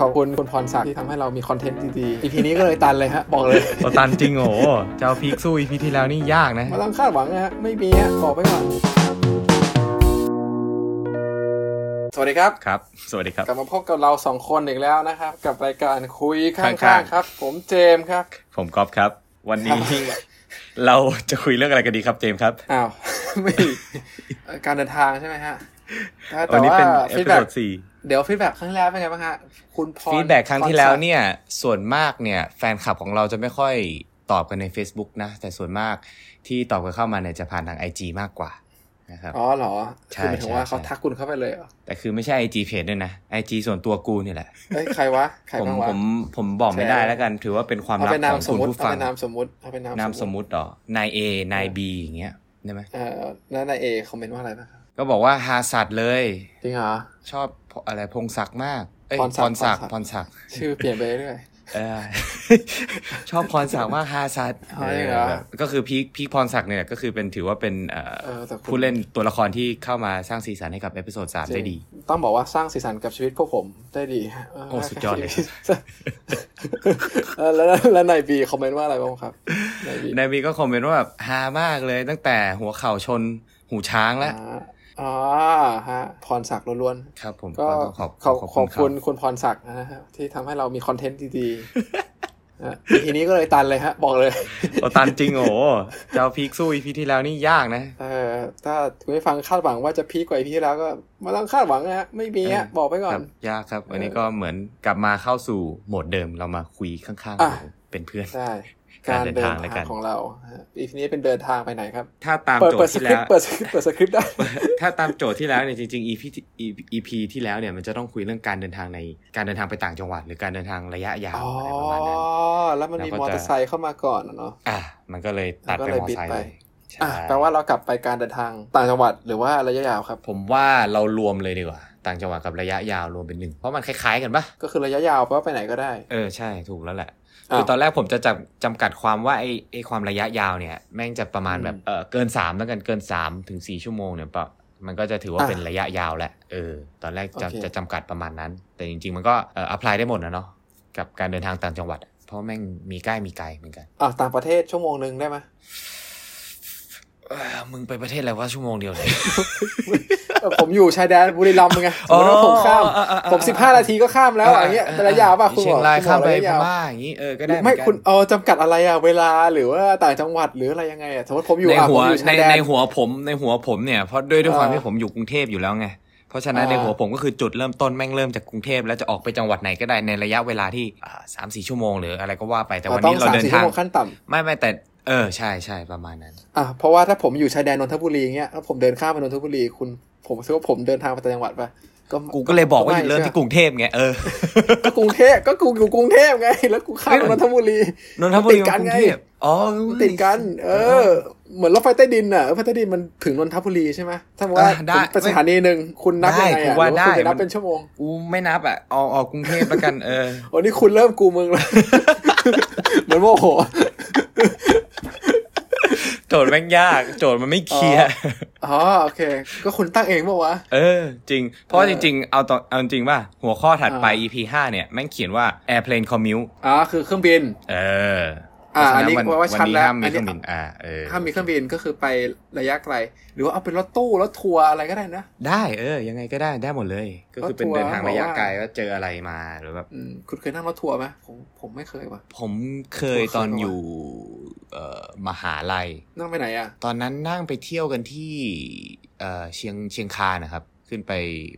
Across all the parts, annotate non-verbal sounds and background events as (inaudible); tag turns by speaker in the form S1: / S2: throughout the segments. S1: ขอบคุณคุณพรศักดิ์ที่ทำให้เรามีคอนเทนต์ดีๆ EP นี้ก็เลยตันเลยฮะ บอกเลย
S2: โอตันจริงโหจะเอาพีคสู้อีพีที่แล้วนี่ยากนะ
S1: (laughs) มาต้องคาดหวังนะฮะ ไม่มีฮะ บอกไปก่อนสวัสดีครับ
S2: ครับ สวัสดีครับ
S1: กลับมาพบกับเราสองคนอีกแล้วนะครับ กับรายการคุย
S2: ข้า
S1: ข้าง ง
S2: ๆ
S1: ๆครับ ผมเจมส์ครับ
S2: ผมก๊อฟครับ วันนี้ เราจะคุยเรื่องอะไรกันดีครับเจมส์ครับ
S1: อ้าว ไม่เอ่อการเดินทางใช่ไหมฮะแต่
S2: วันนี้เป็นเอ
S1: ฟี
S2: พิ
S1: ดแบ็
S2: โซดสี่
S1: เดี๋ยวฟีดแบ็ครั้งที่แล้วเป็นไงบ้างฮะคุณพร
S2: ฟีดแบ็ครั้งที่แล้ว
S1: พรศักดิ์
S2: เนี่ย ส่วนมากเนี่ย แฟนคลับของเราจะไม่ค่อยตอบกันใน Facebook นะ แต่ส่วนมากที่ตอบกันเข้ามาเนี่ยจะผ่านทาง IG มากกว่านะครับ
S1: อ๋อเหรอ
S2: ใช่
S1: คือหมายถึงว่า
S2: ใช่
S1: เขาทักคุณเข้าไปเลยเหรอ
S2: แต่คือไม่ใช่ IG เพจด้วยนะ IG ส่วนตัวกูเนี่ยแหละ
S1: เอ้ยใครวะใคร
S2: ผม
S1: บ้างวะ
S2: ผมผมบอกไม่ได้
S1: แชร์
S2: แล้วกัน ถือว่าเป็นความ
S1: เอา
S2: ลับ
S1: เป็นนา
S2: ข
S1: ม
S2: อง
S1: สม
S2: คุ
S1: มติ
S2: ณผู้
S1: เอา
S2: ฟัง
S1: เป็นนามสมมติเอาเป็นนาม
S2: นามสมมุติเหรอนาย A นาย B อย่างเงี้ยได้ไหม
S1: เอ่อแล้วนายเอคอมเมนต์ว่าอะไรบ้างครับ
S2: ก็บอกว่าฮาสัตเลย
S1: จริงเหรอ
S2: ชอบพอะไรพงศักดิ์มากเอ้ย
S1: พรศั
S2: พ
S1: กดิ์
S2: รศักดิ์
S1: พรศักดิ์
S2: พรศักดิ์
S1: ชื่อเปลี่ยนไปเรื่อย
S2: เออ (laughs) ชอบพรศักดิ์มากฮาสัต
S1: อ๋อจริงเหรอ
S2: ก็คือพีคพีคพรศักดิ์เนี่ยก็คือเป็นถือว่าเป็นเอ่อ
S1: เออแต่คุณ
S2: ผู้เล่นตัวละครที่เข้ามาสร้างสีสันให้กับเอพิโซดสาม
S1: จริง
S2: ได้ดี
S1: ต้องบอกว่าสร้างสีสันกับชีวิตพวกผมได้ดีเ
S2: โอ้สุดยอดเลย
S1: เออแล้วแล้วนายบีคอมเมนต์ว่าอะไรบ้างครับนายบี
S2: นายบีก็คอมเมนต์ว่าแบบฮามากเลย ตั้งแต่หัวเข่าชนหูช้างแล้ว
S1: อ่าอ๋อฮะพรศักดิ์ล้วน
S2: ครับผม
S1: ๆก็
S2: ขอบ
S1: ขอบ
S2: ขอบ
S1: ขอบ
S2: คุ
S1: คุณ ณ (laughs)
S2: ครับ
S1: คุณพรศักดิ์นะฮะที่ทำให้เรามีคอนเทนต์ดีๆนะอีพีนี้ก็เลยตันเลยฮะ บอกเลย
S2: โอตันจริงโอ้จะเอาพีคสู้อีพีที่แล้วนี่ยากนะ
S1: เออถ้าคุณผู้ฟังคาดหวังว่าจะพีคกว่าอีพีที่แล้วก็ไมาต้องคาดหวังนะฮะไม่มีฮะ
S2: เออ
S1: บอกไปก่อ
S2: คน รับยากครับ วันนี้ก็เหมือนกลับมาเข้าสู่โหมดเดิมเรามาคุยข้าง
S1: อ่ะ
S2: ๆเป็นเพื่อน
S1: ได้
S2: กา
S1: การ ร
S2: เดิน
S1: เดิน
S2: ทางแล้วกั
S1: ทาน งของเราฮะอีพีนี้เป็นเดินทางไปไหนครับ
S2: ถ้าตาม
S1: เปิด
S2: โจ
S1: เปิ
S2: ท
S1: ด
S2: ย์
S1: ส
S2: ที่
S1: คริปต์
S2: แล้ว
S1: เปิดสคริปต์เปิดสคริปต์ได้
S2: ถ้าตามโจทย์ที่แล้วเนี่ยจริงๆ EP ที่ EP ที่แล้วเนี่ยมันจะต้องคุยเรื่องการเดินทางในการเดินทางไปต่างจังหวัด หรือการเดินทางระยะยาว
S1: อ๋อ
S2: อะไรประมาณนั้น
S1: แล้วมันมี
S2: เราก็
S1: ม
S2: จะ
S1: อเตอร์ไซค์เข้ามาก่อนอะเนาะ
S2: อ่ะมันก็เลยตัดไป
S1: มัน
S2: ม
S1: ก็เล
S2: อ
S1: ย
S2: เตอร์ไซ
S1: บิด
S2: ค์
S1: ไป
S2: เลยใช่
S1: อ่ะแปลว่าเรากลับไปการเดินทางต่างจังหวัดหรือว่าระยะยาวครับ
S2: ผมว่าเรารวมเลยดีกว่า ต่างจังหวัดกับระยะยาวรวมเป็นหนึ่งเพราะมันคล้ายๆกันปะ
S1: ก็คือระยะยาวแปลว่าไปไหนก็ได้
S2: เออใช่ถูกแล้วแหละ
S1: อ้าว
S2: คือตอนแรกผมจะจับจำกัดความว่าไอ้ไอ้ความระยะยาวเนี่ยแม่งจะประมาณแบบ
S1: อืม
S2: เออเกินสามแล้วกันเกินสามถึงสี่ชั่วโมงเนี่ยปะมันก็จะถือว่า
S1: อ่ะ
S2: เป็นระยะยาวแหละเออตอนแรกจะ
S1: โอเค
S2: จะจำกัดประมาณนั้น แต่จริง ๆ มันก็เอออัพพลายได้หมดนะเนาะกับการเดินทางต่างจังหวัดอะเพราะแม่งมีใกล้มีไกลเหมือนกัน
S1: อ่ะต่างประเทศชั่วโมงหนึ่งได้ไหม
S2: เออมึงไปประเทศอะไรว่าชั่วโมงเดียวเลย
S1: เออผมอยู่ชายแดนบุรีรัมย์ไงสมมติว่าผมข้าม
S2: อ๋ออ๋ออ๋อ
S1: ผมสิบห้านาทีก็ข้ามแล้วอะไรเงี้ยแต่ระยะยาวป่ะคุณ
S2: เชี
S1: บ
S2: ย
S1: อง ก
S2: ราย
S1: คุณ
S2: ข้าม
S1: บอก
S2: ไประ
S1: ยะ
S2: พ
S1: ยาว
S2: ม่าอย่างนี้เออก็ได้เห
S1: ไม่
S2: อนกัน
S1: คุณเออจำกัดอะไรอะเวลาหรือว่าต่างจังหวัดหรืออะไรยังไงอะสมมติผมอยู่
S2: ใน
S1: อ่ะผ
S2: หัว
S1: มอยู่
S2: ใน
S1: ชายแดน
S2: ในหัวผมในหัวผมเนี่ยเพราะด้วยด้วยความ
S1: อ่า
S2: ที่ผมอยู่กรุงเทพอยู่แล้วไงเพราะฉะนั้น
S1: อ่า
S2: ในหัวผมก็คือจุดเริ่มต้นแม่งเริ่มจากกรุงเทพแล้วจะออกไปจังหวัดไหนก็ได้ในระยะเวลาที่สามสี่า3-4 ชั่วโมงหรืออะไรก็ว่าไปแต่วัน
S1: ต้อ
S2: นี้
S1: ง
S2: เรา
S1: สาม
S2: เดิน
S1: สี่
S2: ทา
S1: ชั่
S2: ง
S1: วโมงขั้นต่ำ
S2: ไม่ไม่แต่เออใช่ใช่ประมาณนั้น
S1: อ่ะเพราะว่าถ้าผมอยู่ชายแดนนนทบุรีเงี้ยแล้วผมเดินข้ามไปนนทบุรีคุณผมคิดว่าผมเดินทางไปต่างจังหวัดปะ
S2: กูก็เลยบอกว่าอยู่
S1: ไม่
S2: เริ่มที่กรุงเทพไงเออ
S1: ก็กรุงเทพก็กูอยู่กรุงเทพไง แล้วกูข้ามไปนนทบุรี
S2: นนทบุรี
S1: ติดกั
S2: กับ
S1: น
S2: กรุง
S1: ไง
S2: เทพอ๋อ
S1: ติดกัน เออ เหมือนรถไฟใต้ดินอ่ะรถไฟใต้ดินมันถึงนนทบุรีใช่ไหมถ้าบอกว่า
S2: อ่ะได้
S1: ผมไปสถานีหนึ่งคุณนับยังไง
S2: ได้ผม
S1: อ่ะ
S2: ว่า
S1: หรือว่าคุณจะนับ
S2: ได้มัน
S1: เป็นชั่วโมง
S2: กูไม่นับอ่ะเออกออกกรุงเทพแล้วกันเออ
S1: โอ้นี่คุณเริ่มกูมึงแล้ว (laughs) เหมือนโมโห
S2: โจทย์แม่งยาก โจทย์มันไม่เคลียร์
S1: อ๋อโอเค ก็คุณตั้งเองปะวะ
S2: เออจริง เพราะว่า
S1: เอ
S2: จ
S1: อ
S2: ริง ๆ เอาต่อเอาจริงๆว่าหัวข้อถัดไป
S1: อ่า
S2: EP 5 เนี่ย แม่งเขียนว่า airplane commute
S1: อ๋อคือเครื่องบิน
S2: เออ
S1: อ่า
S2: เพระฉะ
S1: อันนี้
S2: วั
S1: ว่าว่าชัด
S2: นี้
S1: แล้ว
S2: ห้ามมี
S1: อัน
S2: เค
S1: นี้
S2: รื่องบินอ่าเออ
S1: ถ้ามีเครื่องบินก็คือไประยะไกล หรือว่าเอาเป็นรถตู้รถทัวร์อะไรก็ได้นะ
S2: ได้เออ ยังไงก็ได้ได้หมดเลย ก็คือเป็น
S1: รถทัวร์
S2: เดินทางระยะ
S1: บอกว่า
S2: ไกลว่าเจออะไรมาหรือแบบ
S1: อืมคุณเคยนั่งรถทัวร์ไหมผมผมไม่เคยว่ะ
S2: ผมเคย
S1: ทัวร์เคย
S2: ตอน
S1: บอกว่า
S2: อยู่เอ่อมหาลัย
S1: นั่งไปไหนอ่ะ
S2: ตอนนั้นนั่งไปเที่ยวกันที่เอ่อเชียงเชียงคานนะครับ ขึ้นไป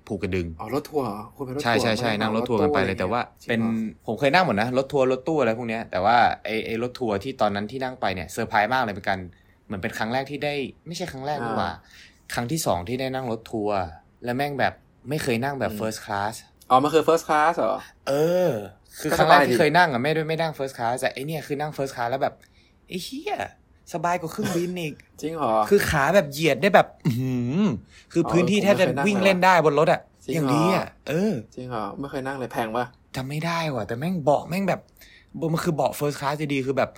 S2: ภูกระดึง
S1: อ๋อรถทัวร์เหรอคุณไปรถทัวร์
S2: ใช่ใช่ใช่
S1: ไม่ได้
S2: นั่งรถทัวร์กันไปเลยแต่ว่า
S1: จริง
S2: เป็น
S1: หรอ
S2: ผมเคยนั่งหมดนะรถทัวร์รถตู้อะไรพวกเนี้ยแต่ว่าไอไอรถทัวร์ที่ตอนนั้นที่นั่งไปเนี่ยเซอร์ไพรส์มากเลยเป็นกันเหมือนเป็นครั้งแรกที่ได้ ไม่ใช่ครั้งแรกดีกว่า ครั้งที่สองที่ได้นั่งรถทัวร์และแม่งแบบไม่เคยนั่งแบบ first class
S1: อ๋อมันคือ first class เหรอ
S2: เออ คือ
S1: ก็
S2: ค
S1: ส
S2: รั้งแร
S1: บาย
S2: ก
S1: ดิ
S2: ที่เคยนั่งอ่ะไม่ได้ไม่นั่ง first class แต่ไอเนี่ยคือนั่ง first class แล้วแบบไอเฮียสบายกว่าเครื่องบิน (laughs) อีก
S1: จริงเหรอ
S2: คือขาแบบเหยียดได้แบบ อื้อหือคือพื้นที่แทบจะวิ่งเล่นได้บนรถอ่ะ
S1: จริงเหร
S2: อ
S1: อ
S2: ย่างนี้อ่ะเออ
S1: จริงเหรอไม่เคยนั่งเลยแพงปะ
S2: จำไม่ได้ว่ะแต่แม่งเบาะแม่งแบบบมันคือเบาะเฟิร์สคลาสดีๆคือแบบ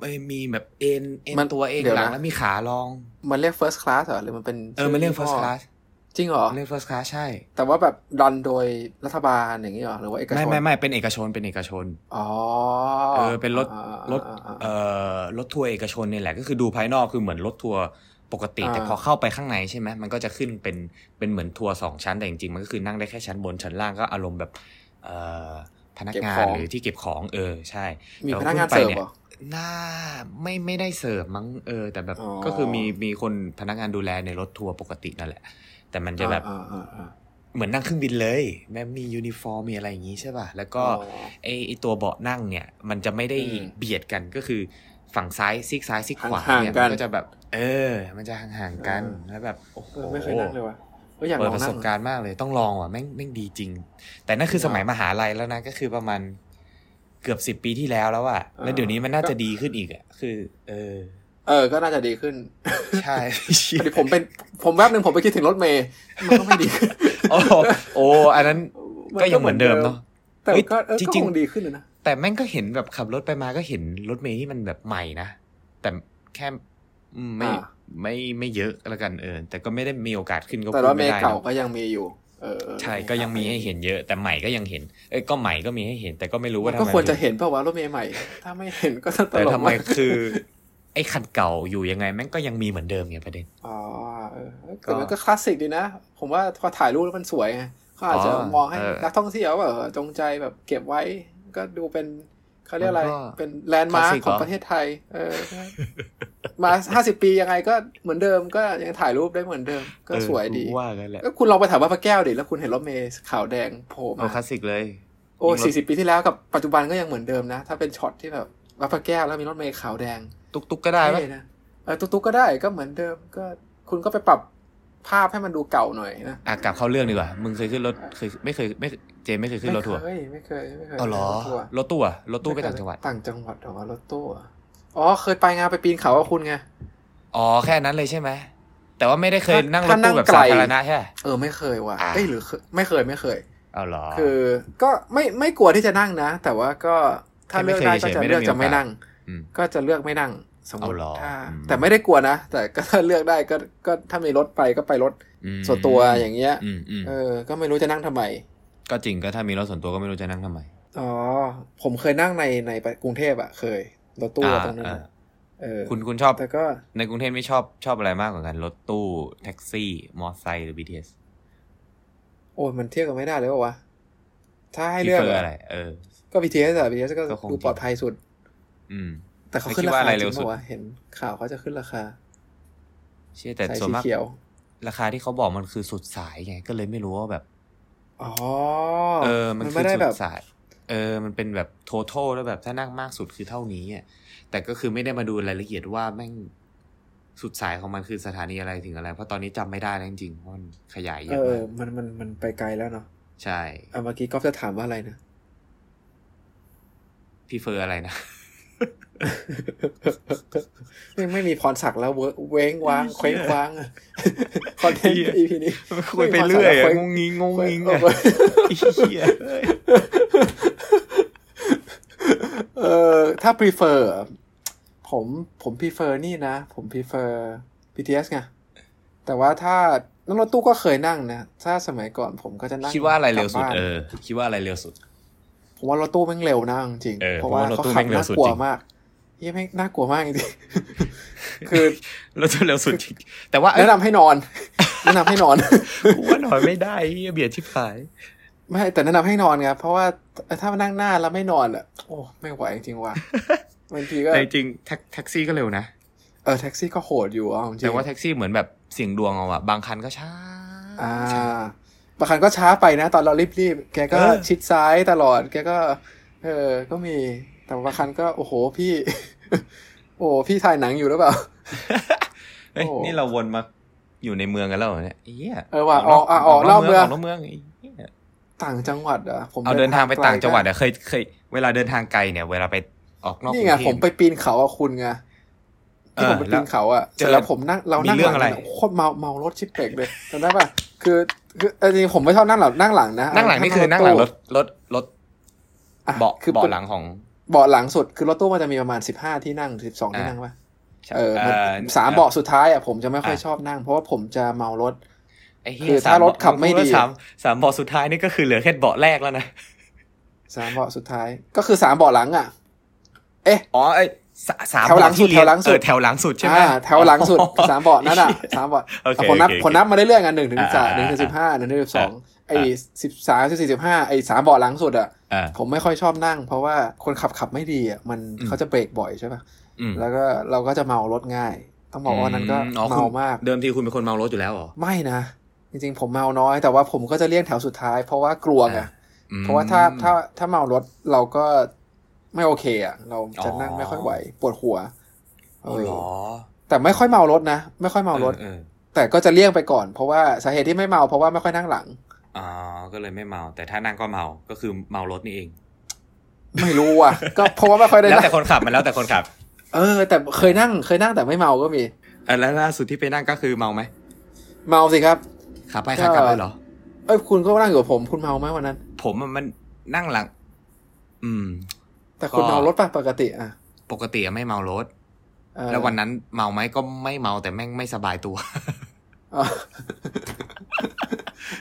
S2: เอ้ยมีแบบเอ็นเอ็นตัวเองหลังแล้วมีขารอง
S1: มันเรียก first class เหรอหรือมันเป็น
S2: เออมันเรียก
S1: ชื่
S2: เฟิร์สคลาส
S1: จริงเหรอ
S2: เรียก first class ใช่
S1: แต่ว่าแบบดันโดยรัฐบาลอย่างนี้เหรอหรือว่าเอกชน
S2: ไม่ไม่ไม่เป็นเอกชนเป็นเอกชน
S1: อ๋อ
S2: เออเป็นรถ
S1: าอ่าร
S2: ถ
S1: อ่าอ่า
S2: เอ่อรถทัวร์เอกชนนี่แหละก็คือดูภายนอกคือเหมือนรถทัวร์ปกติ
S1: อ่า
S2: แต่พอเข้าไปข้างในใช่ไหมมันก็จะขึ้นเป็นเป็นเหมือนทัวร์สองชั้นแต่จริงๆมันก็คือนั่งได้แค่ชั้นบนชั้นล่างก็อารมณ์แบบเอ่อพนักงานหรือที่เก็บของเออใช่
S1: มี
S2: แต่
S1: พ
S2: ว่า
S1: นักงาน
S2: เพิ่
S1: เสิ
S2: ง
S1: ร์ฟ
S2: ไปเนี่ย
S1: เหรอ
S2: น่าไม่ไม่ได้เสิร์ฟมั้งเออ แต่แบบ
S1: อ๋อ
S2: ก็คือมีมีคนพนักงานดูแลในรถทัวร์ปกตินั่นแหละ แต่มันจะแบบ
S1: อ่าอ่าอ่า
S2: เหมือนนั่งเครื่องบินเลยแม้มียูนิฟอร์มมีอะไรอย่างงี้ใช่ป่ะแล้วก็
S1: อ๋อ
S2: ไอไอตัวเบาะนั่งเนี่ย มันจะไม่ได้
S1: อืม
S2: เบียดกันก็คือฝั่งซ้ายซีกซ้ายซีกขวา
S1: ห่างๆ
S2: เนี่ย
S1: กั
S2: มัน นก็จะแบบ เออ มันจะห่างๆกัน
S1: เออ
S2: แล้วแบบโอ้โห
S1: เออไม่เคยนั่งเลยว่ะก็อยาก
S2: เปิ
S1: ล
S2: ด
S1: อง
S2: ประ
S1: นั่
S2: ส
S1: ง
S2: บ
S1: นะ
S2: การณ์มากเลยต้องลองว่ะแม่งแม่งดีจริง แต่นั่นคือ
S1: เนอะ
S2: สมัยมหาลัยแล้วนะก็คือประมาณเกือบสิบ10 ปีที่แล้วแล้วอะแล้วเดี๋ยวนี้มันน่า
S1: ก็
S2: จะดีขึ้นอีกอะคือ เออ
S1: เออ ก็น่าจะดีขึ้น
S2: ใช่
S1: (laughs) พอดีผมเป็นผมแวบหนึ่งผมไปคิดถึงรถเมย์มันก็ไม่ดี
S2: (laughs) โอ้โหโอ้อันนั้นก็ยังเหมือนเดิมเนาะ
S1: แต่
S2: เฮ้ย
S1: ก็เออ
S2: จริ
S1: ก็
S2: งๆ
S1: คงดีขึ้นนะ
S2: แต่แม่งก็เห็นแบบขับรถไปมาก็เห็นรถเมย์ที่มันแบบใหม่นะ แต่แค่อืมไม่
S1: อ่า
S2: ไม่ไม่เยอะแล้วกันเออ แต่ก็ไม่ได้มีโอกาสขึ้นก็
S1: แต่
S2: พู
S1: ร
S2: ด
S1: ถเม
S2: ไม่
S1: ย์
S2: ได้
S1: เก่า
S2: เนอะ
S1: ก็ยังมีอยู่เออเออ
S2: ใช่ก็ยังมีให้เห็นเยอะ แต่ใหม่ก็ยังเห็นเอ้ยก็ใหม่ก็มีให้เห็น แต่ก็ไม่รู้
S1: มั
S2: ว่านทำ
S1: ก็
S2: ไม
S1: ควรจะเห็นเปล่าวะรถเมย์ใหม่ ถ้าไม่เห็นก็จะต
S2: แต่
S1: ล
S2: ทำไม
S1: กาก
S2: คือ (laughs) ไอ้คันเก่าอยู่ยังไงแม่งก็ยังมีเหมือนเดิมไงประเด็น
S1: อ๋อเออเออ
S2: ก็
S1: แต่มันก็คลาสสิกดีนะ ผมว่าพอถ่ายรูปแล้วมันสวยไงเขาอาจจะ
S2: อ๋อ
S1: มองให้
S2: เออ
S1: นักท่องเที่ยวแบบจงใจแบบเก็บไว้ก็ดูเป็นเขาเรียกอะไร
S2: มันก็
S1: เป็นแลนด์มาร์
S2: ค
S1: ค
S2: ลาสสิก
S1: ของ
S2: เหรอ
S1: ประเทศไทย เออ มาห้าสิบปียังไงก็เหมือนเดิมก็ยังถ่ายรูปได้เหมือนเดิม ก็สวยดี
S2: เออกูว่ากันแหละ
S1: ก็คุณลองไปถามว่าดพระแก้วดิแล้วคุณเห็นรถเมล์ขาวแดงโผล่
S2: เอา
S1: มา
S2: คลาสสิกเลย
S1: โอ้
S2: ยิ่งรถ
S1: สี่สิบปีที่แล้วกับปัจจุบันก็ยังเหมือนเดิมนะ ถ้าเป็นช็อตที่แบบวัดพระแก้วแล้วมีรถเมล์ขาวแดง
S2: ตุกตุกก็ได้ปะ
S1: เท่นะเออตุ๊กตุ๊กก็ได้ก็เหมือนเดิมก็คุณก็ไปปรับภาพให้มันดูเก่าหน่อยนะ
S2: อ่ะกลับเข้าเรื่องดีกว่ามึงเคยขึ้นรถเคยไม่เคยไม่เจมไม่เคยขึ้นรถทัวร์
S1: ไม่เคยไม่เคยไม่เคย
S2: เอาเหรอ
S1: ถทัวร์
S2: รถตู้อะรถตู้ไปต่างจังหวัด
S1: ต่างจังหวัดเหรอวะรถตู้อะอ๋อเคยไปงานไปปีนเขากับคุณไง
S2: อ๋อแค่นั้นเลยใช่ไหมแต่ว่าไม่ได้เคย
S1: ถ้า
S2: นั่งร
S1: ถ้า
S2: ถ
S1: นั่
S2: ตู้
S1: ง
S2: แบบ
S1: ไกล
S2: สาธารณะใช่ปะ
S1: เออไม่เคยว่ะ
S2: อ่ะ
S1: เอ้ยหรือเคยไม่เคยไม่เคย
S2: เอาเหรอ
S1: คือก็ไม่ไม่กลัวที่จะนั่งนะ แต่ว่าก็ถ้า
S2: แค่ไม่
S1: เลือก
S2: เคย
S1: ได้ก็
S2: เฉย
S1: จะ
S2: ๆไม่ได้
S1: เลือก
S2: มี
S1: จะไม่
S2: โอกาส
S1: นั่ง
S2: อืม
S1: ก็จะเลือกไม่นั่งสมมติ
S2: เอาหรอ
S1: ถ้า
S2: อืม
S1: แต่ไม่ได้กลัวนะ แต่ก็ถ้าเลือกได้ก็ก็ถ้ามีรถไปก็ไปรถ
S2: ม
S1: ส่วนตัวอย่างเงี้ย
S2: อืมอืม
S1: เออ ก็ไม่รู้จะนั่งทำไม
S2: ก็จริงก็ถ้ามีรถส่วนตัวก็ไม่รู้จะนั่งทำไม
S1: อ๋อผมเคยนั่งในในกรุงเทพอะเคยรถตู้
S2: อ่า
S1: ตรงนั้น
S2: เออ
S1: อะเออ
S2: คุณคุณชอบ
S1: แต่ก็
S2: ในกรุงเทพไม่ชอบชอบอะไรมากกว่ากันรถตู้ แท็กซี่ มอไซค์หรือ BTS
S1: โอ้ยมันเทียบกันไม่ได้เลยปะวะถ้าให้
S2: ที่
S1: เลือก
S2: เฟอ
S1: อะ
S2: อะไร เออ
S1: ก็ BTS อะ BTS ก็
S2: ก็คง
S1: ดูปลอดภัยสุด
S2: อืม
S1: แต่เขาขึ้นรา
S2: ไม่คิด
S1: คา
S2: ว่าอะไร
S1: จ
S2: เร็
S1: ริ
S2: ว
S1: ง
S2: สุด
S1: ปะวะเห็นข่าวเขาจะขึ้นราคา
S2: เชื่อแต่
S1: ใส่
S2: ส่วน
S1: สี
S2: มาก
S1: เขียว
S2: ราคาที่เขาบอกมันคือสุดสายไง ก็เลยไม่รู้ว่าแบบ
S1: อ๋อ
S2: เออ มันคื
S1: ไม่
S2: อ
S1: ได้
S2: สุ
S1: แบ
S2: ด
S1: บ
S2: สายเออ มันเป็นแบบ t o t a l แล้วแบบถ้านั่งมากสุดคือเท่านี้อ่ะแต่ก็คือไม่ได้มาดูรายละเอียดว่าแม่งสุดสายของมันคือสถานีอะไรถึงอะไร เพราะตอนนี้จำไม่ได้แล้วจริงๆเพราะมันขยายเย
S1: เออ
S2: อะมาก
S1: มันมันมันไปไกลแล้วเนาะ
S2: ใช่
S1: เอาเมื่อกี้ก๊อฟจะถามว่าอะไรนะ (laughs)
S2: พี่เฟอร์อะไรนะ
S1: ไม่ไม่มีพรศักดิ์แล้วเว้ยเว้งว้างเคว้งว้าง (laughs) คอนเทนต์ EP นี้ คุยไปเรื่อยอะงุ้งงิ้งงุ้งงิ้งอะ เออถ้า prefer ผมผม prefer นี่นะ ผม prefer BTS ไงแต่ว่าถ้านั่งรถตู้ก็เคยนั่งนะ ถ้าสมัยก่อนผมก็จะนั่ง
S2: คิดว่าอะไรเร็วสุด
S1: กบบ้าน
S2: เออ คิดว่าอะไรเร็วสุด
S1: ผมว่ารถตู้แม่งเร็วนะจริงๆ
S2: เออ
S1: เพราะว่า
S2: ผมว่ารถ
S1: เขา
S2: ตู้
S1: ขับ
S2: แม่งเร็ว
S1: น่า
S2: สุด
S1: กลัว
S2: จริง
S1: มากเหี้ยังไม่งน่ากลัวมากจริ
S2: (laughs)
S1: งๆคือ
S2: รถเร็วสุดจริงแต่ว่าเอ้
S1: แนะ
S2: ย
S1: นำให้นอน แนะนำให้นอน
S2: กูว่าหน่อยไม่ได้เหี้ยเบียดชิบหาย
S1: ไม่แต่แนะนำให้นอนครับเพราะว่าถ้ามานั่งหน้าแล้วไม่นอนอ่ะโอ้ไม่ไหวจริ
S2: (laughs)
S1: งๆว่ะบางทีก็
S2: แต่จริงแท็กแท็กซี่ก็เร็วนะ
S1: เออแท็กซี่ก็โหดอยู่อ่ะจริ
S2: แต่
S1: ง
S2: ว่าแท็กซี่เหมือนแบบเสียงดวงเอาอะบางคันก็ช้า
S1: อ่าบางครั้งก็ช้าไปนะ ตอนเรารีบๆ แกก็
S2: เออ
S1: ชิดซ้ายตลอด แกก็ เออ ก็มีแต่บางครั้งก็โอ้โหพี่ (laughs) โอ้พี่ถ่ายหนังอยู่หรือเปล่า (laughs)
S2: เฮ้ย
S1: โอ้
S2: นี่เราวนมาอยู่ในเมืองกันแล้วเหรอเนี่ยเหี้ย
S1: เออว่ะออกอ่ะออกนอกเมือง
S2: ออกนอกเมืองไอ้เหี้ย
S1: ต่างจังหวัดอ่ะผม
S2: เอาเดินทางไปต่างจังหวัด
S1: ไกล
S2: อะเคยเคย เวลาเดินทางไกลเนี่ย เวลาไปออกนอกกรุ
S1: นี่
S2: ง
S1: ไง
S2: เทพ
S1: ผมไปปีนเขาอ่ะคุณไงที่ผมไป
S2: เออแล้
S1: ปี
S2: วน
S1: เขาอ่ะเส
S2: เจ
S1: ร็
S2: อ
S1: จแล้วผมนั่งเรานั่ง
S2: มีเรื่องอะไร
S1: หลัโคตรเมาเมารถชิบเปกเลยจำได้ป่ะคือคือเออจริงๆผมไม่ชอบนั่งหลังนั่งหลังนะ
S2: นั่งหลังนี่คือนั่งหลังรถรถรถ
S1: อ่ะ
S2: เบาะ
S1: คือ
S2: เบาะหลังของ
S1: เบาะหลังสุดคือรถตู้มันจะมีประมาณสิบห้าที่นั่งสิบสองที่
S2: อ่ะ
S1: นั่งป่ะเออมันสามเบาะสุดท้ายอ่ะผมจะไม่ค่อยชอบนั่ง เพราะว่าผมจะเมารถ
S2: ไ ไอ้เหี้ย
S1: คือ
S2: สม
S1: ถ้ารถขับไม่ดี
S2: สามสามเบาะสุดท้ายนี่ก็คือเหลือแค่เบาะแรกแล้วนะ
S1: สามเบาะสุดท้าย ก็คือสามเบาะหลังอ่ะ เอ๊ะ
S2: อ๋อไอ้สาสาม
S1: แถวหลังสุด
S2: เบาะที่เรี
S1: แถ
S2: ยน
S1: วหลังสุด
S2: เออแถวหลังสุดใช่ไหม
S1: อ่าแถวหลังสุดสามเบาะนั่นอ่ะสามเบาะ
S2: โอเค
S1: อ่ะผมนับ
S2: โอเค
S1: ผมนับมาเรื่อยๆกันหนึ่งถึง
S2: อ่า
S1: สามหนึ่งถึ
S2: อ่า
S1: งสิบห้าหนึ่งถึงสิบสองไอ้
S2: อ่า
S1: สิบสามสิบสี่สิบห้าไอ้สามเบาะหลังสุดอ่ะ
S2: อ่า
S1: ผมไม่ค่อยชอบนั่ง เพราะว่าคนขับขับไม่ดีอ่ะมัน
S2: อืม
S1: เขาจะเบรกบ่อยใช่ป่ะ
S2: อืม
S1: แล้วก็เราก็จะเมารถง่าย ต้องบอกว่านั้นก็
S2: อ๋อคุณ
S1: เมามาก
S2: เดิมทีคุณเป็นคนเมารถอยู่แล้วเหรอ
S1: ไม่นะ จริงๆ ผมเมาน้อยแต่ว่าผมก็จะเลี่ยงแถวสุดท้าย เพราะว่ากลัวไง
S2: อ่อืม
S1: เพราะว่าถ้าถ้าถ้าเมารถเราก็ไม่โอเคอ่ะ เราจะ
S2: อ๋อ
S1: นั่งไม่ค่อยไหวปวดหัว
S2: อ๋อเหรอ
S1: เออแต่ไม่ค่อยเมารถนะไม่ค่อยเมารถ
S2: ออ
S1: แต่ก็จะเลี่ยงไปก่อนเพราะว่าสาเหตุที่ไม่เมาเพราะว่าไม่ค่อยนั่งหลัง
S2: อ๋อก็เลยไม่เมา แต่ถ้านั่งก็เมาก็คือเมารถนี่เอง
S1: ไม่รู้อ่ะ ก็เพราะว่าไม่ค่อยได้
S2: แล้ว
S1: นั่
S2: แต่
S1: ง
S2: คนขับมันแล้วแต่คนขับ
S1: เออ แต่เคยนั่งเคยนั่งแต่ไม่เมาก็มี
S2: เออแล้วล่าสุดที่ไปนั่งก็คือเมาไหม
S1: เมาสิครับ
S2: ขับไปขับกลับเลยเหรอ
S1: เอ้ยคุณก็นั่งอยู่กับผมคุณเมาไหมวันนั้น
S2: ผมอะมันนั่งหลัง อืม
S1: แต่คุณ
S2: ก็
S1: เมารถป่ะปกติอ่ะ
S2: ปกติอะไม่เมารถ
S1: เออ
S2: แล้ววันนั้นเมาไหมก็ไม่เมาแต่แม่งไม่สบายตัว
S1: เออ (laughs)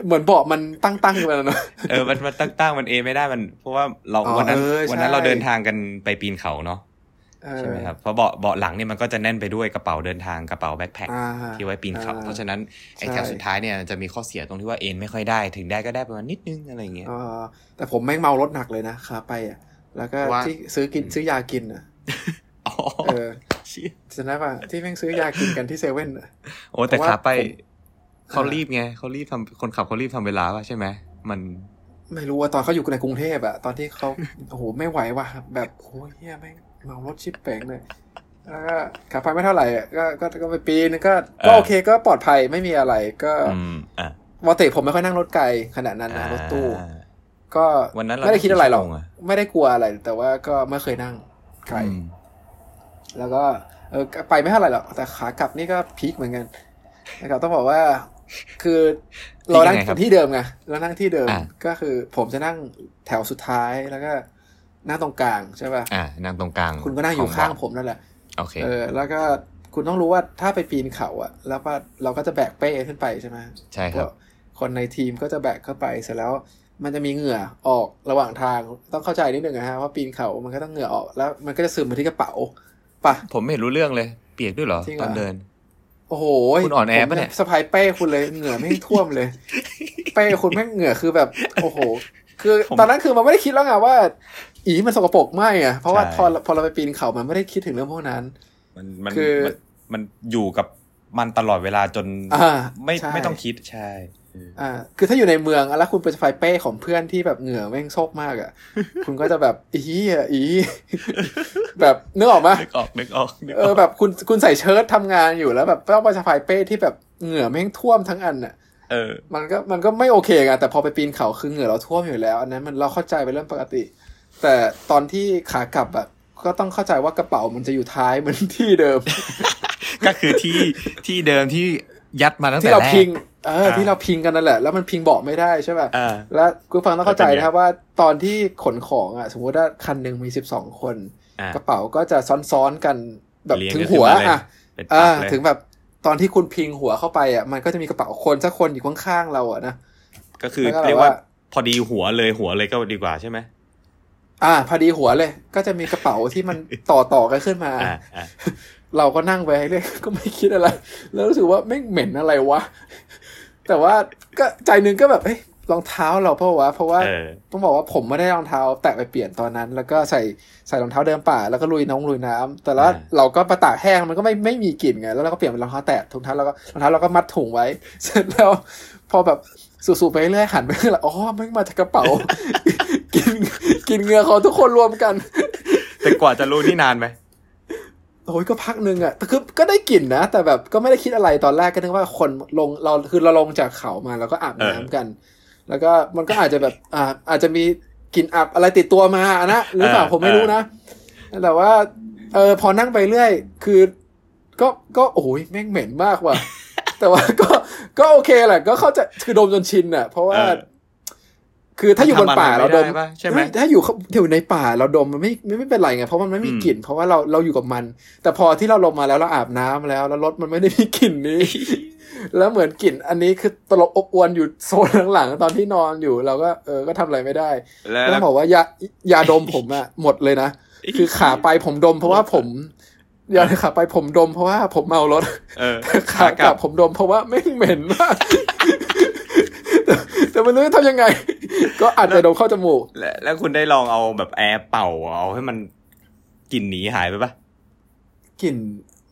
S1: เหมือนเบาะมันตั้งตั้งๆไปแล้วเนอะ
S2: เออ มันมันตั้งตั้งมันเอไม่ได้มัน เพราะว่าเรา
S1: อ๋อ
S2: วันนั้น
S1: เออใช่
S2: วันนั้นเราเดินทางกันไปปีนเขาเนาะใช่ไหมครับเพราะเบาะเบาะหลังเนี่ยมันก็จะแน่นไปด้วยกระเป๋าเดินทางกระเป๋าแบ็คแพ็ค
S1: อ่า
S2: ที่ไว้ปีนเขา
S1: อ่า
S2: เพราะฉะนั้นไอ้
S1: ใช่
S2: แถวสุดท้ายเนี่ยมันจะมีข้อเสียตรงที่ว่าเอนไม่ค่อยได้ถึงได้ก็ได้ประมาณนิดนึงอะไรอย่างเงี้ย
S1: เออแต่ผมแม่งเมารถหนักเลยนะขาไปอ่ะ แล้วก็
S2: ว่า
S1: ที่ซื้อกินซื้อยากินอ่ะ
S2: อ๋อ
S1: เออ
S2: เชี่ย
S1: จำได้ป่ะที่แม่งซื้อยากินกันที่เซเว่นอะ
S2: โอ้แต่
S1: เพราะว่า
S2: ขาไป
S1: ผม
S2: เขา
S1: อ่ารี
S2: รีบไงเขารีบทำคนขับเขารีบทำเวลาป่ะใช่ไหมมัน
S1: ไม่รู้ว่าตอนเขาอยู่ในกรุงเทพอะตอนที่เขา โอ้โหไม่ไหวว่ะแบบโอ้ยเฮียแม่งเมารถชิบแปงเลยแล้วก็ขับไปไม่เท่าไหร่อะก็ก็ก็ไปปีนึงก็
S2: เออ
S1: ก็โอเคก็ปลอดภัยไม่มีอะไรก็
S2: อืมอ่ะ
S1: ปกติผมไม่ค่อยนั่งรถไกลขนาดนั้นนะรถตู้
S2: อ่า
S1: ก็
S2: วันนั้นเรา
S1: ไม่ได้คิดอะไรหรอก
S2: นั่งกี่ชั่วโมงอะ
S1: ไม่ได้กลัวอะไร แต่ว่าก็ไม่เคยนั่งไกล
S2: อืม
S1: แล้วก็เออไปไม่เท่าไหร่หรอกแต่ขากลับนี่ก็พีคเหมือนกันนะครับต้องบอกว่า คือเรานั่ง
S2: พีคยังไงครับ
S1: ที่เดิมไงเรานั่งที่เดิม
S2: อ่า
S1: ก็คือ ผมจะนั่งแถวสุดท้ายแล้วก็นั่งตรงกลางใช่ป่ะ
S2: อ่ะนั่งตรงกลาง
S1: คุณก็นั่งอยู่
S2: เบะ
S1: ข้างผมนั่นแหละ
S2: โอเค
S1: เออแล้วก็คุณต้องรู้ว่าถ้าไปปีนเขาอะแล้วว่าเราก็จะแบกเป้ขึ้นไปใช่ไหม
S2: ใช่ครับ
S1: คนในทีมก็จะแบกเข้าไปเสร็จแล้ว มันจะมีเหงื่อออกระหว่างทางต้องเข้าใจนิดหนึ่งนะฮะว่าปีนเขามันก็ต้องเหงื่อออกแล้วมันก็จะซึมมาที่กระเป๋าปะ
S2: ผมไม่เห็นรู้เรื่องเลย เปียกด้วยเหรอ
S1: จริงเหร
S2: ต
S1: อ
S2: อนเดิน
S1: โอ้โห
S2: คุณอ่อนแอปะเนี่ย
S1: ผมสะพายเป้คุณเลยเหงื่อไม่งท่วม
S2: (laughs)
S1: เลย เป้คุณแม่งเหงื่อคือแบบโอ้โห คือตอนนั้นคือมันไม่ได้คิดแล้วไงว่า อีมันสกปรกไม่อะเพราะว่าพอพอเราไปปีนเขามันไม่ได้คิดถึงเรื่องพวกนั้น
S2: มันมัน
S1: คือ
S2: มันมันอยู่กับมันตลอดเวลาจน
S1: อ่า
S2: ไม่
S1: ใช่
S2: ไม่ต้องคิดใช่
S1: อ่าคือถ้าอยู่ในเมืองแล้วคุณไปสะพายเป้ของเพื่อนที่แบบเหงื่อแม่งโชกมากอะ คุณก็จะแบบอีอ่ะอี (laughs) แบบนึกออกไหมย
S2: นึกออกนึกออกนึก
S1: เอ
S2: ออ
S1: อก แบบคุณคุณใส่เชิ้ตทำงานอยู่แล้วแบบต้องไปสะพายเป้ที่แบบเหงื่อแม่งท่วมทั้งอันน่ะ
S2: เออ
S1: มันก็มันก็ไม่โอเคไงแต่พอไปปีนเขาคือเหงื่อเราท่วมอยู่แล้ว อันนั้นมันเราเข้าใจเป็นเรื่องปกติ แต่ตอนที่ขากลับอ่ะก็ต้องเข้าใจว่ากระเป๋ามันจะอยู่ท้ายเหมือนที่เดิม
S2: ก็คือที่ที่เดิมที่ยัดมา (laughs) ตั้งแต่
S1: ที่เรา
S2: แร
S1: พิ
S2: ก
S1: งเออที่เราพิงกันนั่นแหละแล้วมันพิงเบาะไม่ได้ใช่ป่ะ
S2: อ่า
S1: และคุณผู้ฟังต้องเข้าใจ
S2: แล้วเป็นไง
S1: นะครับว่าตอนที่ขนของอ่ะ สมมติว่าคันหนึ่งมีสิบสองคน
S2: อ่ะ
S1: กระเป๋าก็จะซ้อนๆกันแบบ
S2: เรียง
S1: ถึง
S2: กันขึ้น
S1: หัว
S2: มาเลย
S1: อ่ะ
S2: เป็น
S1: อ่า
S2: ตับเลย
S1: ถึงแบบตอนที่คุณพิงหัวเข้าไปอ่ะมันก็จะมีกระเป๋าคนสักคนอยู่ข้างๆเราอ่ะนะ
S2: ก็คือ
S1: แล้วก็แบบ
S2: เรียก
S1: ว่า
S2: ว่าพอดีหัวเลยหัวเลยก็ดีกว่าใช่ไหม
S1: อ่า พอดีหัวเลย ก็จะมีกระเป๋าที่
S2: (laughs)
S1: มัน ต่อต่อๆกันขึ้นมา
S2: อ่าอ่า
S1: เราก็นั่งไปเรื่อย (laughs) ก็ไม่คิดอะไร แล้วรู้สึกว่าไม่งเหม็นอะไรวะ (laughs) แต่ว่าก็ใจหนึงก็แบบเอ้ยรองเท้าเราเพราะวะเพราะว่า
S2: เออ
S1: ต้องบอกว่าผมไม่ได้รองเท้า แตะไปเปลี่ยนตอนนั้น แล้วก็ใส่ใส่รองเท้าเดินป่าแล้วก็ลุยน้องลุยน้ำแต่ละ
S2: อ่า
S1: เราก็ประตากแห้งมันก็ไม่ไม่มีกลิ่นไงแล้วเราก็เปลี่ยนเป็นรองเท้าแตะถุงเท้าเราก็รองเท้าเราก็มัดถุงไว้ (laughs) เสร็จแล้ว พอแบบสูบๆไปเรื่อยหันไปเรื่อยแล้วอ๋อไม่งมาจากกระ (laughs) เป๋า กินกินเหงือของทุกคนรวมกัน
S2: แต่กว่าจะรู้นี่นานไหม
S1: โอ้ยก็พักหนึ่งอะแต่คือก็ได้กลิ่นนะ แต่แบบก็ไม่ได้คิดอะไรตอนแรกก็นึกว่าคนลงเราคือเราลงจากเขามาแล้วก็อาบน้ำกัน แล้วก็มันก็อาจจะแบบอ่าอาจจะมีกลิ่นอับอะไรติดตัวมาอะนะหรือเปล่าผมไม่รู้นะ แต่ว่า เออพอนั่งไปเรื่อย คือ ก็ก็โอ้ยแม่งเหม็นมาก (laughs) ว่ะ แต่ว่าก็ก็โอเคแหละก็เข้าใจคือดมจนชินอะเพราะว่า คือถ้าอยู่บนป่าเราดม
S3: นทำอะไรไได้ปะใช่ไหม
S1: ถ้าอยู่อยู่ในป่าเราดมมันไม่ไม่ไม่เป็นไรไงเพราะมันไม่มี
S3: อืม
S1: กลิ่น เพราะว่าเราเราอยู่กับมัน แต่พอที่เราลงมาแล้วเราอาบน้ำแล้ว แล้วรถมันไม่ได้มีกลิ่น
S3: (laughs)
S1: นี้ แล้วเหมือนกลิ่นอันนี้คือตลบอบอวนอยู่โซนหลังๆตอนที่นอนอยู่เราก็เออก็ทำอะไรไม่ได้
S2: แล้ว
S1: ต้องบอกว่ายายาดมผมอะหมดเลยนะ
S3: (laughs)
S1: คือขาไปผมดม เพราะว่าผมยาขาไปผมดม เพราะว่าผมเมารถ
S2: เออ
S1: ขากลับผมดมเพราะว่าไม่งเหม็นมาก (laughs) แต่แต่ไม่รู้จะทำยังไง (laughs) ก็อาจจะดมเข้าจมูก
S2: และแล้วคุณได้ลองเอาแบบแอร์เป่าเอาให้มันกลิ่นหนีหายไปปะ
S1: กลิ่น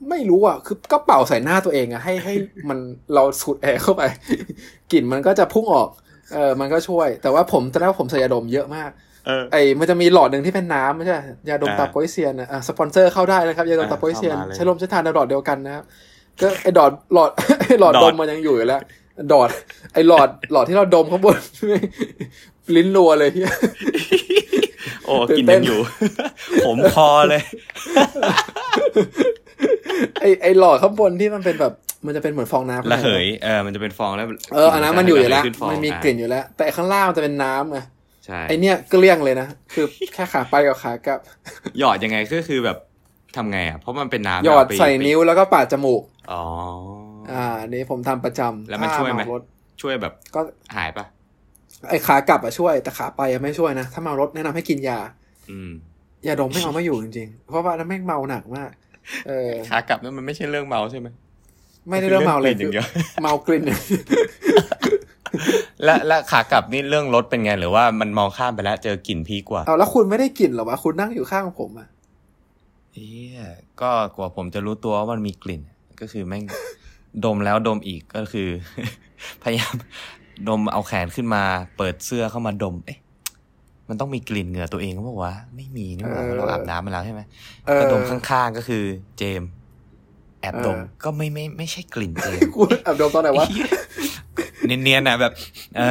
S1: ไม่รู้อ่ะ คือก็เป่าใส่หน้าตัวเองอ่ะ ให้ให้ (laughs) มันเราสูดแอร์เข้าไป (laughs) กลิ่นมันก็จะพุ่งออก เออมันก็ช่วย แต่ว่าผมตอนแรกผมใส่ยาดมเยอะมาก
S2: เออ
S1: ไอ้มันจะมีหลอดหนึ่งที่เป็นน้ำไม่ใช่ยาดม
S2: อ่า
S1: ตาโปยเซียนนะอ่ะสปอนเซอร์เข้าได้นะครับยาดม
S2: อ่า
S1: ตาโปยเซียน
S2: เข้ามาเลย
S1: ใช้ลมใช้ทานในหลอดเดียวกันนะครับก็ไอ้ดอดหลอด (laughs) ไอ้หลอด
S2: ดอ
S1: ด
S2: ด
S1: มมันยังอยู่อยู่แล้วดอด ไอ้หลอดหลอดที่เราดมข้างบน (laughs) ลิ้นรัวเลย (laughs) พี่
S2: โอ้
S1: ตื่
S2: กลิน
S1: นเต้
S2: ยั
S1: น
S2: ง
S1: (laughs)
S2: อยู่ ผมคอเลย
S1: ไอ้ไอ้หลอดข้างบนที่มันเป็นแบบมันจะเป็นเหมือนฟองน้ำ
S2: ระเหยเออมันจะเป็นฟองแล้ว
S1: เอออันนั้นมันอยู่อยู่แล้ว
S2: ขึ้ฟง
S1: มันมี
S2: อ่ะ
S1: กลิ่นอยู่แล้ว แต่ข้างล่างมันจะเป็นน้ำไง
S2: ใช่
S1: ไอเนี้ยเกลี้ยงเลยนะคือแค่ขาไปกับขากลับ
S2: หยอดยังไงก็คือแบบทำไงอ่ะเพราะมันเป็นน้ำ
S1: หยอด
S2: แล้วไป
S1: ใส่นิ้วแล้วก็ปาดจมูก
S2: อ๋ออ
S1: อ่าอันนี่ผมทำประจำ
S2: แล้วมัน
S1: ถ้า
S2: ช่วยไหม
S1: เารถ
S2: ช่วยแบบ
S1: ก็
S2: หายปะ
S1: ไอ้ขากลับอะช่วย แต่ขาไปอะไม่ช่วยนะ ถ้าเมารถแนะนำให้กินยา
S2: อืม
S1: ยาดมไม่เอาไม่อยู่จริงๆ เพราะว่านั้นแม่งเมาหนักมาก เออ
S2: ขากลับนั้นมันไม่ใช่เรื่องเมาใช่ไหม
S1: ไม่ได้เรื่องเมาเลย
S2: กนอย่างเดียว
S1: เมากลิ่น
S2: และและขากลับนี่เรื่องรถเป็นไงหรือว่ามันมองข้ามไปแล้วเจอกลิ่นพีกกว่า
S1: (laughs) เอาแล้วคุณไม่ได้กลิ่นเหรอวะ คุณนั่งอยู่ข้างผมอะ
S2: เอ้ยก็กว่าผมจะรู้ตัวว่ามันมีกลิ่น ก็คือแม่ง
S1: (laughs)
S2: ดมแล้วดมอีกก็คือ (laughs) พยายามดมเอาแขนขึ้นมา เปิดเสื้อเข้ามาดม เอ๊ะมันต้องมีกลิ่นเหงื่อตัวเองเปล่าวะไม่มีนี่หว่าเราอาบน้ำมาแล้วใช่ไหม
S1: เออ
S2: ก็ดมข้างๆก็คือเจมส์แอบดม
S1: เออ
S2: ก็ไม่ไม่ไม่ใช่กลิ่นเจมส์
S1: คุณแอบดมตอนไหนวะ
S2: เนียนๆนะแบบ เอ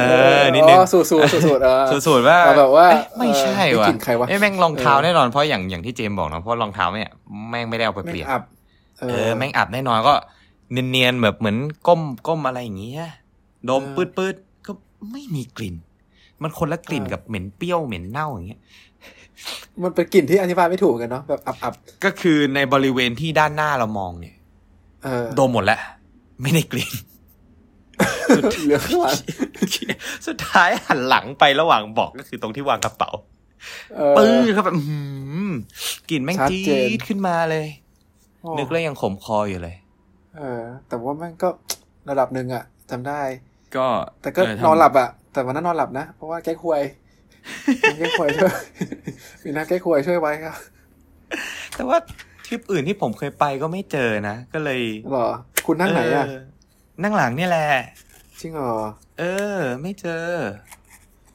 S2: อนิดนึง
S1: สูดสูดสูดสูดเออ
S2: สูตรว่า
S1: เอาแบบว่า
S2: เอ๊ะไม่ใช่
S1: เออ
S2: ว่ะ
S1: ไม่กินใครวะ
S2: เอ้ยแม่งรองเท้า
S1: เออ
S2: แน่นอนเพราะอย่างอย่างที่เจมบอกเนอะเพราะรองเท้าเนี่ยแม่งไม่ได้เอาไป
S1: แม่ง
S2: เปลี่ยน
S1: อับ
S2: เออแม่งอับแน่นอนก็เนียนๆแบบเหมือนก้มก้มอะไรอย่างเงี้ยดมปืดปืดๆก็ไม่มีกลิ่น มันคนละกลิ่นกับเหม็นเปรี้ยวเหม็นเน่าอย่างเงี้ย
S1: มันเป็นกลิ่นที่อธิบายไม่ถูกเหมือนกันเนาะแบบอับอับ
S2: ก็คือในบริเวณที่ด้านหน้าเรามองเนี่ย
S1: เออ
S2: ดมหมดแล้วไม่ได้กลิ่น (laughs)
S1: เหลือข้างหลัง
S2: สุดท้ายหันหลังไประหว่างเบอกก็คือตรงที่วางกระเป๋า
S1: เออ
S2: ปื้อเข้าไปอื้อหือกลิ่นแม่ง
S1: ชัด
S2: จี๊
S1: เจน
S2: ดขึ้นมาเลย
S1: โอ้
S2: นึกแล้วยังขมคออยู่เลย
S1: เออ แต่ว่าแม่งก็ระดับหนึ่งอะจำได้
S2: ก็
S1: แต่ก็
S2: เทำ
S1: นอนหลับอะแต่วันนั้นนอนหลับนะ เพราะว่าแก้ควยมีแก้ควย (laughs) ช่วย มีน้ำแก้ควยช่วยไว้ครับ
S2: แต่ว่าทริปอื่นที่ผมเคยไปก็ไม่เจอนะ ก็เลย
S1: หรอ คุณนั่งไหนอะ
S2: เนั่งหลังเนี่ยแหละ
S1: จริงเหรอ
S2: เออ ไม่เจอ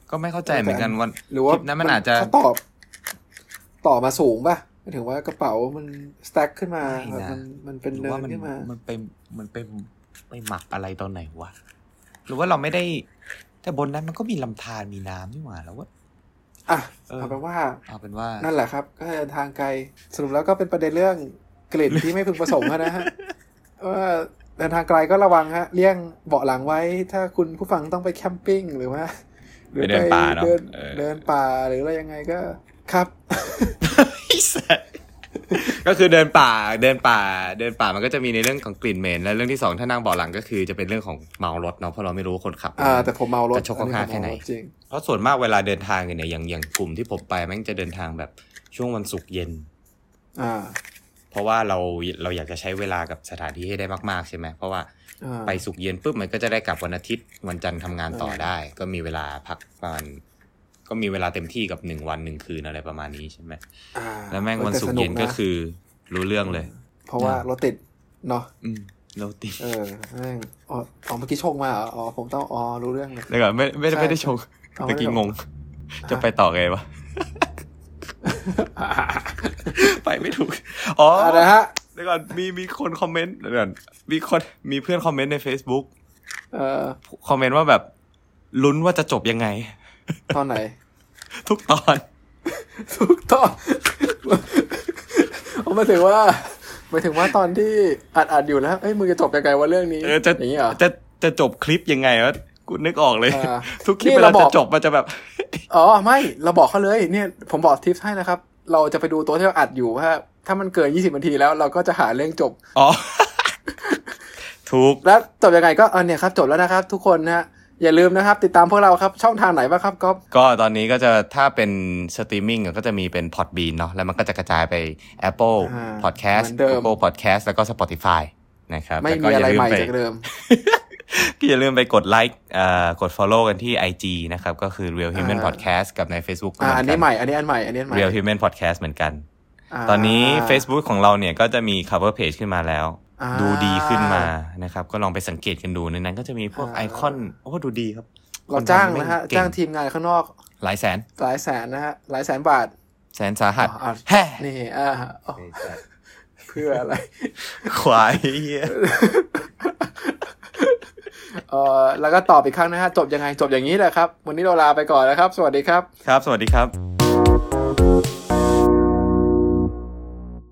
S2: ก็ไม่เข้าใจเหมือนกันวัน
S1: หรือว่า
S2: ทริปนั้นมันอาจจะ
S1: เขตอบ ต่อมาสูงป่ะหมายถึงว่ากระเป๋ามันสแต็กขึ้นมา
S2: ไม่
S1: แบบ
S2: นะ
S1: มันมันเป็น
S2: หรือ
S1: เนิ
S2: ว่าน มัน
S1: ขึ้นมา
S2: มันไปมันไปไปหมักอะไรตอนไหนวะหรือว่าเราไม่ได้ แต่บนนั้นมันก็มีลำธารมีน้ำนี่หว่าแล้วว่า
S1: อ่ะ
S2: เออ
S1: เอาเป็นว่า
S2: เอาเป็นว่า
S1: นั่นแหละครับ ก็เดินทางไกล สรุปแล้วก็เป็นประเด็นเรื่องกลิ่นที่ไม่พึงประสงค์นะฮ (laughs) ะว่าเดินทางไกลก็ระวังฮะ เลี่ยงเบาะหลังไว้ ถ้าคุณผู้ฟังต้องไปแคมปิ้งหรือว่าหรือ
S2: ไปเดินป่าเนอะ
S1: เดิน
S2: เออ
S1: เดินป่าหรืออะไรยังไงก็ครับ
S2: ไอ้สัส (laughs) ก็คือเดินป่าเดินป่า เดินป่ามันก็จะมีในเรื่องของกลิ่นเหม็นและเรื่องที่สองถ้านั่งเบาะหลังก็คือจะเป็นเรื่องของเมารถเนาะเพราะเราไม่รู้ว่าคนขับ
S1: อ่า แต่ผมเมารถ
S2: กระชกกระชากแค่ไหน
S1: อัผมเมารถจริง
S2: เพราะส่วนมากเวลาเดินทางเนี่ยอย่างอย่างกลุ่มที่ผมไปแม่งจะเดินทางแบบช่วงวันศุกร์เย็น
S1: อ่า
S2: เพราะว่าเราเราอยากจะใช้เวลากับสถานที่ให้ได้มากๆใช่ไหมเพราะว่า
S1: อ่า
S2: ไปศุกร์เย็นปุ๊บมันก็จะได้กลับวันอาทิตย์วันจันทร์ทำงานต่อ
S1: เออ
S2: ได้ ก็มีเวลาพักประมาณก็มีเวลาเต็มที่กับหนึ่งวันหนึ่งคืนอะไรประมาณนี้ใช่ไหม
S1: อ่า
S2: แล้วแม่ง
S1: ออ
S2: วันศุก
S1: แต่
S2: ร์เย็นก็
S1: ะ
S2: คือรู้เรื่องเลย
S1: เพราะว่ารถติดเนาะ
S2: อืมเราติด
S1: เออแม่งอ๋ออ๋อเมื่อกี้ชงมาเหรออ๋อ ผมต้อง อ๋อ รู้เรื่อง
S2: (laughs)
S1: เลย
S2: เดี๋ยวก่อนไม่ไม่ได้
S1: ใช่
S2: ไม่ได้ชง
S1: เอาไว้
S2: ตะกี้
S1: หรอ
S2: งง จะไปต่อไงวะ ไปไม่ถูก อ๋อ
S1: อ่านะฮะ
S2: เดี๋ยวก่อนมีมีคนคอมเมนต์เดี๋ยวก่อนมีคนมีเพื่อนคอมเมนต์ใน Facebook
S1: เออ
S2: คอมเมนต์ว่าแบบลุ้นว่าจะจบยังไง (laughs)
S1: ตอนไหน
S2: ทุกตอน
S1: ถูกต้อง (laughs) เอามาถึงว่าหมายถึงว่าตอนที่อัดอัดอยู่แล้วเอ้ยมึงจะจบยังไงว่าเรื่องนี้
S2: เออจะ
S1: อย่างนี้เหรอ
S2: จะจะจบคลิปยังไงวะ กูนึกออกเลย
S1: อ่า
S2: ทุกคลิป
S1: นี่
S2: เวลา
S1: เราบ
S2: จะ
S1: อก
S2: จบมันจะแบบ
S1: อ๋อไม่เราบอกเขาเลยเนี่ยผมบอกทิปให้นะครับ เราจะไปดูตัวที่เราอัดอยู่ว่าถ้ามันเกิน 20นาทีแล้วเราก็จะหาเรื่องจบ
S2: อ๋อ (laughs) ถูก
S1: แล้วจบยังไงก็เออเนี่ยครับจบแล้วนะครับ ทุกคนนะฮะอย่าลืมนะครับ ติดตามพวกเราครับ ช่องทางไหนบ้างครับก๊อฟ
S2: ก็ตอนนี้ก็จะถ้าเป็นสตรีมมิ่งก็จะมีเป็น Podbean เนาะแล้วมันก็จะกระจายไป Apple
S1: อ่า
S2: Podcast
S1: เหมือนเดิม
S2: Google Podcast แล้วก็ Spotify นะครับ
S1: ไม่
S2: แล้วก็
S1: มี
S2: อ
S1: อะไร
S2: ย่าลื
S1: ให
S2: ม
S1: ม่
S2: ไป
S1: จากเดิม
S2: ก็อย่าลืมไปกดไลค์เอ่อกด Follow กันที่ IG นะครับ ก็คือ Real Human
S1: อ่า
S2: Podcast กับใน Facebook ก็
S1: อ่า
S2: เหมื
S1: อั
S2: อน นกั
S1: นี้
S2: น
S1: ใหม่อันนี้อันใหม่อันนี้อันใหม่
S2: Real Human Podcast เหมือนกัน
S1: า
S2: ตอนนี้ Facebook ของเราเนี่ยก็จะมี cover page ขึ้นมาแล้ว
S1: อ่า
S2: ดูดีขึ้นมานะครับ ก็ลองไปสังเกตกันดูในนั้นก็จะมีพวกไอ
S1: อ่า
S2: คอนโอ้ดูดีครับ
S1: เราจ้าง
S2: คทำแม่
S1: นะฮะ
S2: เก่
S1: จ้างทีมงานข้างนอก
S2: หลายแสน
S1: หลายแสนนะฮะหลายแสนบาท
S2: แสนสาหัส
S1: อ๋ออ่ะ
S2: แฮ่
S1: นี่อ่าอ๋อเพื่ออะไร
S2: ควายเหี้ย
S1: เออแล้วก็ตอบอีกครั้งนะฮะ จบยังไงจบอย่างนี้แหละครับ วันนี้เราลาไปก่อนนะครับ สวัสดีครับ
S2: ครับ สวัสดีครับ